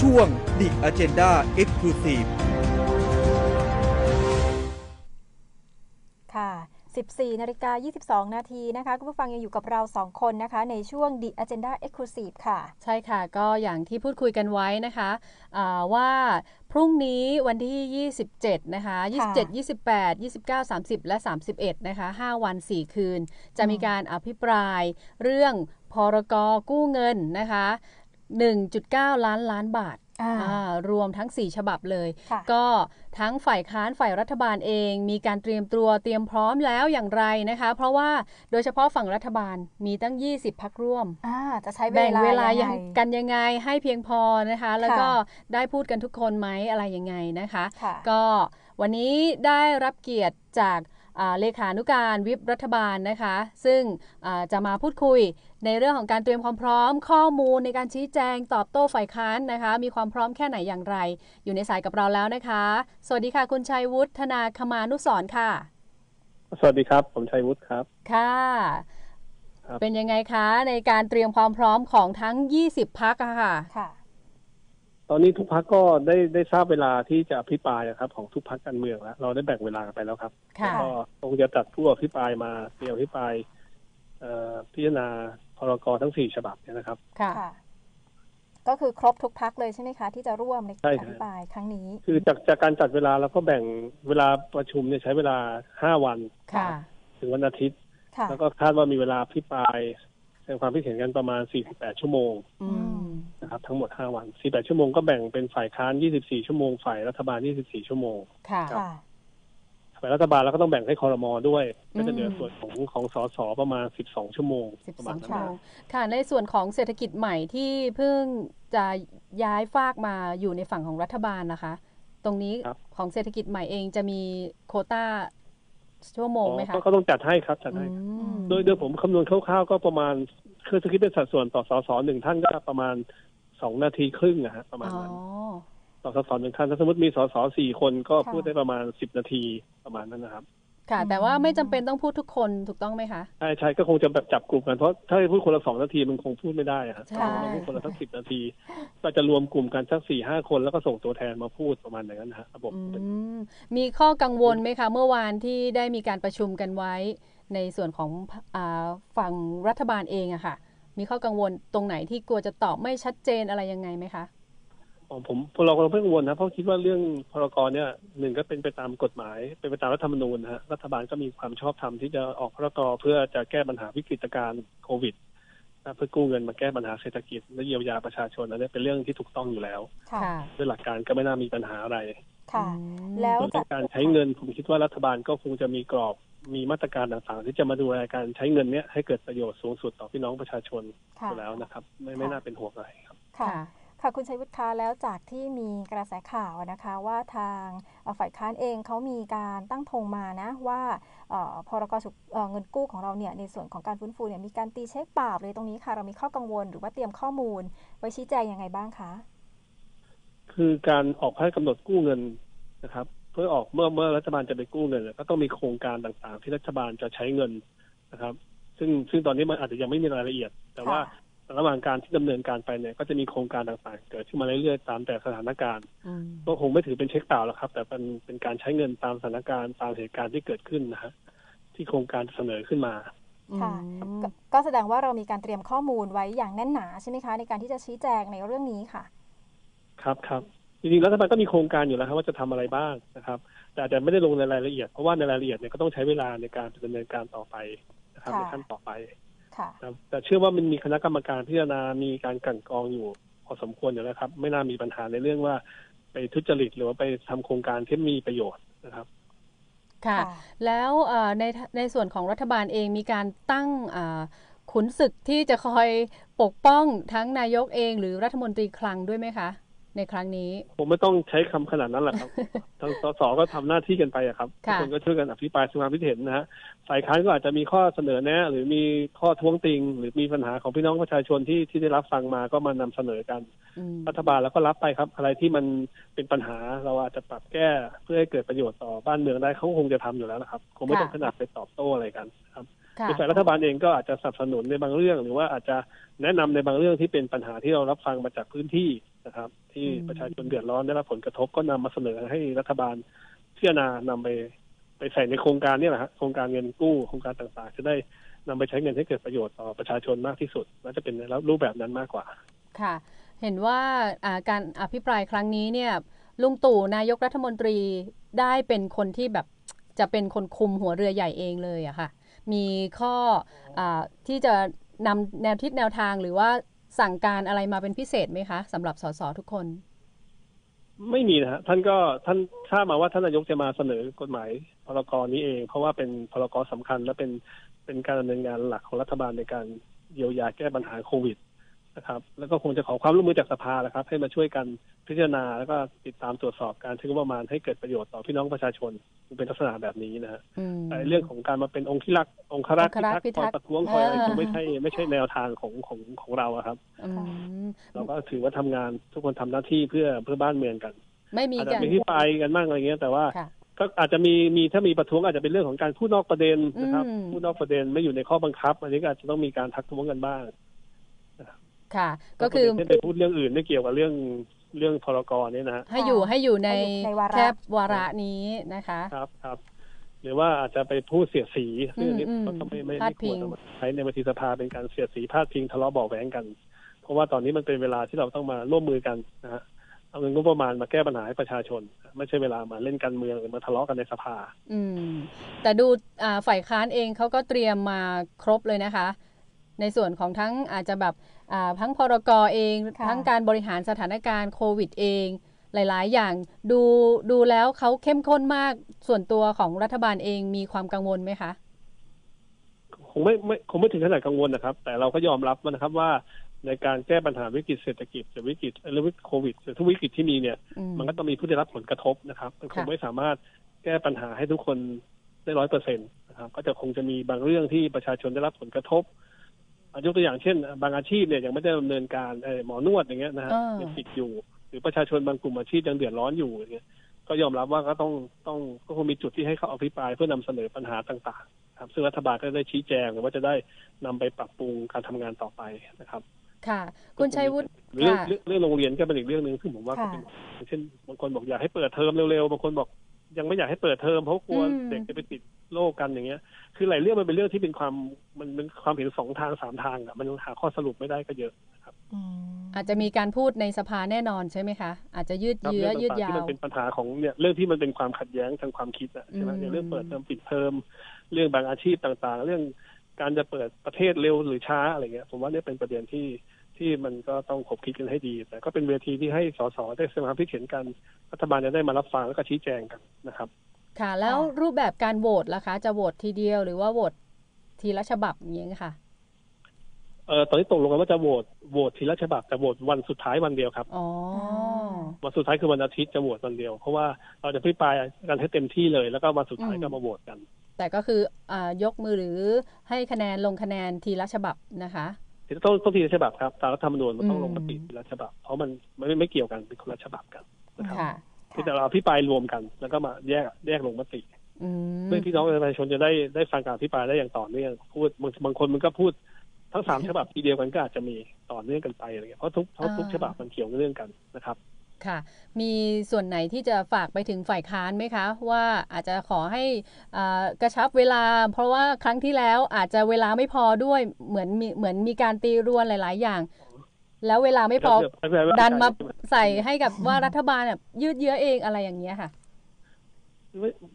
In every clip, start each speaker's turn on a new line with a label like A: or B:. A: ช่วง The Agenda Exclusive
B: ค่ะ 14นาฬิกา22 นาทีนะคะคุณผู้ฟังยังอยู่กับเรา 2 คนนะคะ ในช่วง The Agenda Exclusive ค่ะ
C: ใช่ค่ะ ก็อย่างที่พูดคุยกันไว้นะคะอ่าว่าพรุ่งนี้วันที่ 27 นะคะ 27 28 29 30 และ 31 นะคะ 5 วัน 4 คืน จะมีการอภิปรายเรื่องพรกกู้เงินนะคะ 1.9 ล้านล้านบาท
B: อ่า
C: อ่ารวมทั้ง 4 ฉบับเลย
B: ค่ะ
C: ก็ทั้งฝ่ายค้านฝ่ายรัฐบาลเอง มีการเตรียมตัวเตรียมพร้อมแล้วอย่างไรนะคะ เพราะว่าโดยเฉพาะฝั่งรัฐบาลมีตั้ง 20 พักร่วม
B: อ่าจะใช้
C: แบ่งเวลายัง
B: ไ
C: กันยังไงให้เพียงพอนะคะ แล้วก็ได้พูดกันทุกคนไหมอะไรยังไงนะคะ
B: ค่ะ
C: ก็วันนี้ได้รับเกียรติจากอ่าเลขานุการวิปรัฐบาลนะคะ ซึ่งอ่าจะมาพูดคุยในเรื่องของการเตรียมความพร้อม ข้อมูลในการชี้แจงตอบโต้ฝ่ายค้านนะคะ มีความพร้อมแค่ไหนอย่างไร อยู่ในสายกับเราแล้วนะคะ สวัสดีค่ะ คุณชัยวุฒนาคมานุสรณ์ค่ะ
D: สวัสดีครับ ผมชัยวุฒิครับ
C: ค่ะ
D: ครับ
C: เป็นยังไงคะ ในการเตรียมความพร้อมของทั้ง 20 พักอะค่ะ
B: ค่ะ
D: ตอนนี้ทุกพักก็ได้ได้ทราบเวลาที่จะอภิปรายนะครับ ของทุกพักการเมืองแล้วเราได้แบ่งเวลากันไปแล้วครับ
C: ค่ะ
D: ก็คงจะจัดผู้อภิปรายมาเตรียมอภิปรายเอ่อพิจารณาพรกทั้งสี่ฉบับเนี่ยนะครับ
C: ค่ะ
B: ค่ะ ก็คือครบทุกพักเลยใช่ไหมคะ ที่จะร่วมใน
D: ใช่
B: การ
D: ค
B: อ
D: รับ
B: ภิปรายครั้งนี้
D: คือจากจากการจัดเวลาเราก็แบ่งเวลาประชุมเนี่ยใช้เวลาห้าวัน
C: ค่ะ
D: ถึงวันอาทิตย์
B: ค่ะ
D: แล้วก็คาดว่ามีเวลาอภิปรายแสดงความคิดเห็นกันประมาณ 48 ชั่วโมง
C: อืม
D: นะครับทั้งหมด 5 วัน 48 ชั่วโมงก็แบ่งเป็นฝ่ายค้าน 24 ชั่วโมงฝ่ายรัฐบาล 24 ชั่วโมง
C: ค่ะ
B: ค่ะ
D: ฝ่ายรัฐบาลแล้วก็ต้องแบ่งให้คอรมอด้วย ก็จะเหลือ
C: อืม
D: ส่วนของของสสประมาณ 12 ชั่วโมงประมาณ
C: 12
D: นั้
C: ชั่ว
D: นนะ
C: โมงค่ะ ในส่วนของเศรษฐกิจใหม่ที่เพิ่งจะย้ายฟากมาอยู่ในฝั่งของรัฐบาลนะคะ ตรงนี้ของเศรษฐกิจใหม่เองจะมีโควต้าชั่วโม
D: อ๋
C: งไหม
D: อ
C: คะ
D: ก็ก็ต้องจัดให้ครับจัดให้
C: อืม
D: โดยโดยผมคำนวณคร่าวๆก็ประมาณคือจะคิดเป็นสัดส่วนต่อสสหนึ่งท่านก็ประมาณสองนาทีครึ่งนะฮะประมาณ
C: อ๋อ
D: นั้นต่อสสหนึ่งท่านถ้าสมมติมีสสสี่คนก็
B: ค่ะ
D: พูดได้ประมาณสิบนาทีประมาณนั้นนะครับ
C: ค่ะ แต่ว่าไม่จำเป็นต้องพูดทุกคนถูกต้องไหมคะ
D: ใช่ใช่ก็คงจะแบบจับกลุ่มกันเพราะถ้าพูดคนละสองนาทีมันคงพูดไม่ได้อะฮะ
C: ใช่
D: เราพูดคนละสักสิบนาทีก็จะรวมกลุ่มกันสักสี่ห้าคนแล้วก็ส่งตัวแทนมาพูดประมาณอย่างนั้นนะฮะระบบ
C: อื
D: เป็น
C: มมีข้อกังวลไหมคะ เมื่อวานที่ได้มีการประชุมกันไว้ ในส่วนของอ่าฝั่งรัฐบาลเองอะค่ะ มีข้อกังวลตรงไหนที่กลัวจะตอบไม่ชัดเจนอะไรยังไงไหมคะ
D: อ๋อผมเรากำลังเพิ่งกังวนนะเพราะคิดว่าเรื่องพรกรเนี่ยหนึ่งก็เป็นไปตามกฎหมาย เป็นไปตามรัฐธรรมนูญนะฮะรัฐบาลก็มีความชอบธรรมที่จะออกพรกรเพื่อจะแก้ปัญหาวิกฤตการณ์โควิดนะเพื่อกู้เงินมาแก้ปัญหาเศรษฐกิจและเยียวยาประชาชนอันนี้เป็นเรื่องที่ถูกต้องอยู่แล้ว
B: ค่ะ
D: ด้วยหลักการก็ไม่น่ามีปัญหาอะไร
B: ค่ะ
C: อืม
B: แล้ว
D: ส่วน
B: จะ
D: เรื่องการใช้เงินผมคิดว่ารัฐบาลก็คงจะมีกรอบมีมาตรการต่างๆ ที่จะมาดูแลการใช้เงินเนี้ยให้เกิดประโยชน์สูงสุดต่อพี่น้องประชาชน
B: ค่ะ
D: อยู่แล้วนะครับ ไม่ไม่น่าเป็นห่วงอะไรครับ
B: ค่ะ ค่ะคุณชัยวุฒิคะแล้วจากที่มีกระแสข่าวนะคะ ว่าทางเอ่อฝ่ายค้านเองเขามีการตั้งธงมานะว่าเอ่อพรกฉุกเอ่อเงินกู้ของเราเนี่ยในส่วนของการฟื้นฟูเนี่ยมีการตีเช็คเปล่าเลยตรงนี้ค่ะ เรามีข้อกังวลหรือว่าเตรียมข้อมูล ไว้ชี้แจงยังไงบ้างคะ
D: คือการออกพระราชกำหนดกู้เงินนะครับ เพื่อออกเมื่อเมื่อรัฐบาลจะไปกู้เงินเนี่ยก็ต้องมีโครงการต่างๆ ที่รัฐบาลจะใช้เงินนะครับ ซึ่งซึ่งตอนนี้มันอาจจะยังไม่มีรายละเอียด แต่ว่า
B: ค่ะ
D: ระหว่างการที่ดำเนินการไปเนี่ยก็จะมีโครงการต่างๆ เกิดขึ้นมาเรื่อยๆตามแต่สถานการณ์
C: อืม
D: ก็คงไม่ถือเป็นเช็คเปล่าหรอกครับ แต่เป็นเป็นการใช้เงินตามสถานการณ์ตามเหตุการณ์ที่เกิดขึ้นนะฮะที่โครงการเสนอขึ้นมา
B: ค่ะ กก็แสดงว่าเรามีการเตรียมข้อมูลไว้อย่างแน่นหนาใช่ไหมคะ ในการที่จะชี้แจงในเรื่องนี้ค่ะ
D: ครับครับจริงๆรัฐบาลก็มีโครงการอยู่แล้วครับว่าจะทำอะไรบ้างนะครับ แต่อาจจะไม่ได้ลงในรายละเอียดเพราะว่าในรายละเอียดเนี่ยก็ต้องใช้เวลาในการดำเนินการต่อไปนะครับ
B: ค่ะ
D: ในขั้นต่อไป
B: ค่ะ
D: นะครับแต่เชื่อว่ามันมีคณะกรรมการพิจารณา มีการกลั่นกรองอยู่พอสมควรอยู่แล้วครับ ไม่น่ามีปัญหาในเรื่องว่าไปทุจริตหรือว่าไปทำโครงการที่มีประโยชน์นะครับ
C: ค่ะ
B: ค่ะ
C: แล้วเอ่อในในส่วนของรัฐบาลเองมีการตั้งอ่าขุนศึกที่จะคอยปกป้องทั้งนายกเองหรือรัฐมนตรีคลังด้วยไหมคะ ในครั้งนี้
D: ผมไม่ต้องใช้คำขนาดนั้นห รอกครับ ทางสสก็ทำหน้าที่กันไปอะครับทุก
C: ค่ะ
D: คนก็ช่วยกันอภิปรายสงความคิดเห็นนะฮะฝ่ายค้านก็อาจจะมีข้อเสนอแนะ หรือมีข้อท้วงติง หรือมีปัญหาของพี่น้องประชาชนที่ที่ได้รับฟังมาก็มานำเสนอกัน
C: อืม
D: รัฐบาลแล้วก็รับไปครับ อะไรที่มันเป็นปัญหาเราอาจจะปรับแก้เพื่อให้เกิดประโยชน์ต่อบ้านเมืองได้เขาคงจะทำอยู่แล้วนะครับคงไม่
C: ค่ะ
D: ต้องขนาดไปตอบโต้อะไรกันครับ
C: ค่ะ
D: ฝ่ายรัฐบาลเองก็อาจจะสนับสนุนในบางเรื่อง หรือว่าอาจจะแนะนำในบางเรื่องที่เป็นปัญหาที่เรารับฟังมาจากพื้นที่ นะครับ ที่
C: อืม
D: ประชาชนเดือดร้อนได้รับผลกระทบก็นำมาเสนอให้รัฐบาลพิจารณานำไป ไปใส่ในโครงการเนี่ยแหละฮะโครงการเงินกู้โครงการต่างๆ จะได้นำไปใช้เงินให้เกิดประโยชน์ต่อประชาชนมากที่สุดน่าจะเป็นในรูปแบบนั้นมากกว่า
C: ค่ะ เห็นว่าอ่าการอภิปรายครั้งนี้เนี่ยลุงตู่นายกรัฐมนตรีได้เป็นคนที่แบบจะเป็นคนคุมหัวเรือใหญ่เองเลยอะค่ะ มีข้ออาที่จะนำแนวทิศแนวทางหรือว่าสั่งการอะไรมาเป็นพิเศษไหมคะสำหรับสสทุกคน
D: ไม่มีนะฮะท่านก็ท่านทราบมาว่าท่านนายกจะมาเสนอกฎหมายพรกรนี้เอง เพราะว่าเป็นพรกสำคัญและเป็นเป็นการดำเนินงานหลักของรัฐบาลในการเยียวยาแก้ปัญหาโควิดนะครับ แล้วก็คงจะขอความร่วมมือจากสภาแหละครับ ให้มาช่วยกันพิจารณาแล้วก็ติดตามตรวจสอบการใช้งบประมาณให้เกิดประโยชน์ต่อพี่น้องประชาชนเป็นลักษณะแบบนี้นะฮะ
C: อืม
D: แต่เรื่องของการมาเป็นองค์ที่รักษ์องครักษ์
C: องครักษ์
D: พิทัก
C: พิทัก
D: ษ์คอย
C: ษ์
D: ประท้วงคอยอะไร
C: อ่า
D: คงไม่ใช่ไม่ใช่แนวทางของของของเราอะครับ
C: อืม
D: เราก็ถือว่าทำงานทุกคนทำหน้าที่เพื่อเพื่อบ้านเมืองกัน
C: ไม่มี
D: อาจ
C: กา
D: จะ
C: ร
D: มีที่ไปกันบ้างอะไรเงี้ยแต่ว่า
C: ค่ะ
D: ก็อาจจะมีมีถ้ามีประท้วงอาจจะเป็นเรื่องของการพูดนอกประเด็นนะครับ
C: อืม
D: พูดนอกประเด็นไม่อยู่ในข้อบังคับ อันนี้ก็อาจจะต้องมีการทักท้วงกันบ้าง
C: ค่ะ ก็คือ
D: เช่นไปพูดเรื่องอื่นไม่เกี่ยวกับเรื่องเรื่องพรกรเนี่ยนะฮะ
C: ให้อยู่ให้อยู่ใน
B: ในวาระ
C: แคบวาระนี้นะคะ
D: ครับครับ หรือว่าอาจจะไปพูดเสียดสีซึ่งอันนี้
C: อืมอืม
D: ก็ไม่ไม่
C: พา
D: ไม่
C: ด
D: ควร
C: พิง
D: เอามาใช้ในเวทีสภาเป็นการเสียดสีพาดพิงทะเลาะเบาะแวงกัน เพราะว่าตอนนี้มันเป็นเวลาที่เราต้องมาร่วมมือกันนะฮะเอาเงินงบประมาณมาแก้ปัญหาให้ประชาชน ไม่ใช่เวลามาเล่นการเมืองหรือมาทะเลาะกันในสภา
C: อืมแต่ดูอ่าฝ่ายค้านเองเขาก็เตรียมมาครบเลยนะคะ ในส่วนของทั้งอาจจะแบบอ่าทั้งพรกเอง
B: ค่ะ
C: ทั้งการบริหารสถานการณ์โควิดเอง หลายๆ อย่างดูดูแล้วเขาเข้มข้นมากส่วนตัวของรัฐบาลเองมีความกังวลไหมคะ
D: คงไม่ไม่คงไม่ถึงขนาดกังวลนะครับ แต่เราก็ยอมรับนะครับว่าในการแก้ปัญหาวิกฤตเศรษฐกิจหรือวิกฤตหรือวิกฤตโควิดหรือทุกวิกฤตที่มีเนี่ย
C: อืม
D: มันก็ต้องมีผู้ได้รับผลกระทบนะครับ มันคง
C: ค่ะ
D: ไม่สามารถแก้ปัญหาให้ทุกคนได้ร้อยเปอร์เซ็นต์นะครับ ก็จะคงจะมีบางเรื่องที่ประชาชนได้รับผลกระทบอ่ะยกตัวอย่างเช่น บางอาชีพเนี่ยยังไม่ได้ดำเนินการเอ่อหมอนวดอย่างเงี้ยนะฮะ
C: เออ
D: ยังปิดอยู่ หรือประชาชนบางกลุ่มอาชีพยังเดือดร้อนอยู่อย่างเงี้ยก็ยอมรับว่าก็ต้องต้องก็คงมีจุดที่ให้เขาอภิปรายเพื่อนำเสนอปัญหาต่าง ๆ ครับ ซึ่งรัฐบาลก็ได้ชี้แจงหรือว่าจะได้นำไปปรับปรุงการทำงานต่อไปนะครับ
C: ค่ะ คุณชัยวุฒิ
D: เรื่อง
C: ค่ะ
D: เรื่องเรื่องโรงเรียนก็เป็นอีกเรื่องหนึ่งซึ่งผมว่าก็
B: ค่ะ
D: เป็นเช่นบางคนบอกอยากให้เปิดเทอมเร็วๆบางคนบอกยังไม่อยากให้เปิดเทอมเพราะกลัว
C: อืม
D: เด็กจะไปติดโรคกันอย่างเงี้ย คือหลายเรื่องมันเป็นเรื่องที่เป็นความมันเป็นความเห็นสองทางสามทางอะมันหาข้อสรุปไม่ได้ก็เยอะ
B: อืม
C: อาจจะมีการพูดในสภาแน่นอนใช่ไหมคะ อาจจะยืด
D: ครับ
C: เยื้อ
D: เรื่อง
C: ยืด
D: ต่างๆ
C: ยา
D: ที่มั
C: ว
D: นเป็นปัญหาของเนี่ยเรื่องที่มันเป็นความขัดแย้งทางความคิดอะใช่ไหม
C: อืม
D: อย่างเรื่องเปิดเทอมปิดเทอมเรื่องบางอาชีพต่างๆ เรื่องการจะเปิดประเทศเร็วหรือช้าอะไรเงี้ย ผมว่าเนี่ยเป็นประเด็นที่ที่มันก็ต้องขบคิดกันให้ดี แต่ก็เป็นเวทีที่ให้สสได้แสดงความคิดเห็นกันรัฐบาลจะได้มารับฟังแล้วก็ชี้แจงกันนะครับ
C: ค่ะ แล้ว
B: ค่ะ
C: รูปแบบการโหวตล่ะคะ จะโหวตทีเดียวหรือว่าโหวตทีละฉบับอย่างเงี้ยค่ะ
D: เออตอนนี้ตกลงกันว่าจะโหวตโหวตทีละฉบับแต่โหวตวันสุดท้ายวันเดียวครับ
C: อ๋อ
D: วันสุดท้ายคือวันอาทิตย์จะโหวตวันเดียว เพราะว่าเราจะพิปรายกันให้เต็มที่เลยแล้วก็วันสุดท้ายก็มาโหวตกัน
C: แต่ก็คืออายกมือหรือให้คะแนนลงคะแนนทีละฉบับนะคะ
D: ต้องต้องทีละฉบับครับตามรัฐธรรมนูญมันต้องลงมติ
C: อืม
D: ทีละฉบับ เพราะมันไม่ไม่ไม่เกี่ยวกันเป็นคนละฉบับกันนะครับ
C: ค่ะ
D: ที่แต่เราอภิปรายรวมกัน แล้วก็มาแยกแยกลงมติ
C: อืม
D: เพื่อพี่น้องประชาชนจะได้ได้ฟังการอภิปรายได้อย่างต่อเนื่องพูดบางบางคนมันก็พูดทั้งสาม ฉบับทีเดียวกันก็อาจจะมีต่อเนื่องกันไปอะไรเงี้ยเพราะทุกเพราะทุก
C: อ่า
D: ฉบับมันเกี่ยวเนื่องกันนะครับ
C: ค่ะ มีส่วนไหนที่จะฝากไปถึงฝ่ายค้านไหมคะ ว่าอาจจะขอให้อ่ากระชับเวลา เพราะว่าครั้งที่แล้วอาจจะเวลาไม่พอด้วยเหมือนมีเหมือนมีการตีรวนหลาย ๆ อย่าง แล้วเวลาไม่พอดันมาใส่ให้กับว่ารัฐบาลแบบยืดเยื้อเองอะไรอย่างเงี้ยค่ะ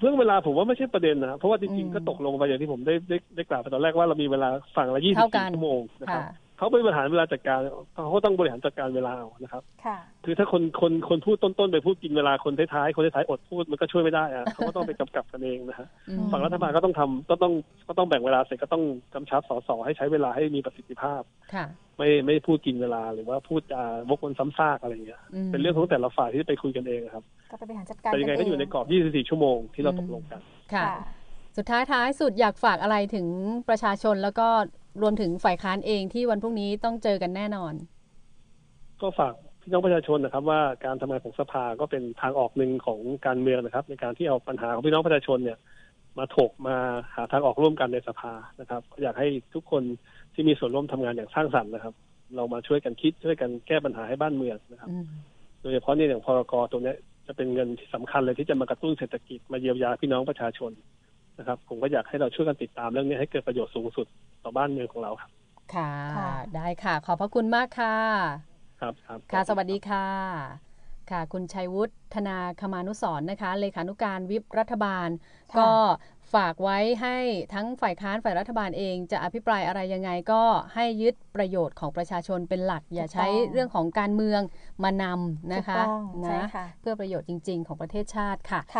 D: เรื่องเวลาผมว่าไม่ใช่ประเด็นนะเพราะว่าจริง
C: อืม
D: ๆก็ตกลงไปอย่างที่ผมได้ได้ได้กล่าวไปตอนแรกว่าเรามีเวลาฝั่งละยี่สิ
C: เท่า
D: บ
C: กัน
D: ชั่วโมงนะครับ
C: ค่ะ
D: เขาบริหารเวลาจัดการเขาก็ต้องบริหารจัดการเวลาเอานะครับ
B: ค่ะ
D: คือถ้าคนคนคนพูดต้นๆไปพูดกินเวลาคนท้ายๆคนท้ายๆอดพูดมันก็ช่วยไม่ได้อะ เขาก็ต้องไปกำกับกันเองนะฮะ
C: อืม
D: ฝั่งรัฐบาลก็ต้องทำก็ต้องก็ต้องแบ่งเวลาเสร็จก็ต้องกำชับสสให้ใช้เวลาให้มีประสิทธิภาพ
C: ค่ะ
D: ไม่ไม่พูดกินเวลาหรือว่าพูดจาวกวนซ้ำซากอะไรอย่างเงี้ย
C: ม
D: เป็นเรื่องของแต่ละฝ่ายที่ไปคุยกันเองนะครับ
B: ก็ไปบริหารจัดการ
D: แต่ยังไงก็อยู่ในกรอบ 24 ชั่วโมงที่เราตกลงกัน
C: ค่ะ สุดท้ายท้ายสุดอยากฝากอะไรถึงประชาชนแล้วก็รวมถึงฝ่ายค้านเองที่วันพรุ่งนี้ต้องเจอกันแน่นอน
D: ก็ฝากพี่น้องประชาชนนะครับ ว่าการทำงานของสภาก็เป็นทางออกหนึ่งของการเมืองนะครับ ในการที่เอาปัญหาของพี่น้องประชาชนเนี่ย มาถกมาหาทางออกร่วมกันในสภานะครับก็อยากให้ทุกคนที่มีส่วนร่วมทำงานอย่างสร้างสรรค์นะครับ เรามาช่วยกันคิดช่วยกันแก้ปัญหาให้บ้านเมืองนะครับ
C: อืม
D: โดยเฉพาะเนี่ยอย่างพรกตัวเนี้ยจะเป็นเงินที่สำคัญเลยที่จะมากระตุ้นเศรษฐกิจมาเยียวยาพี่น้องประชาชนนะครับ ผมก็อยากให้เราช่วยกันติดตามเรื่องนี้ให้เกิดประโยชน์สูงสุดต่อบ้านเมืองของเราครับ
C: ค่ะ
B: ค่ะ
C: ได้ค่ะ ขอบพระคุณมากค่ะ
D: ครับครับ
C: ค่ะ สวัสดีค่ะ ค่ะ คุณชัยวุฒธนาคมานุสรณ์นะคะ เลขานุการวิปรัฐบาล
B: ค่ะ
C: ก็ฝากไว้ให้ทั้งฝ่ายค้านฝ่ายรัฐบาลเองจะอภิปรายอะไรยังไงก็ให้ยึดประโยชน์ของประชาชนเป็นหลัก อย่า
B: ถูกต้อง
C: ใช้เรื่องของการเมืองมานำนะคะ
B: ถูกต้องใช่
C: นะ
B: ค่ะ
C: เพื่อประโยชน์จริง ๆ ของประเทศชาติค่ะ
B: ค่ะ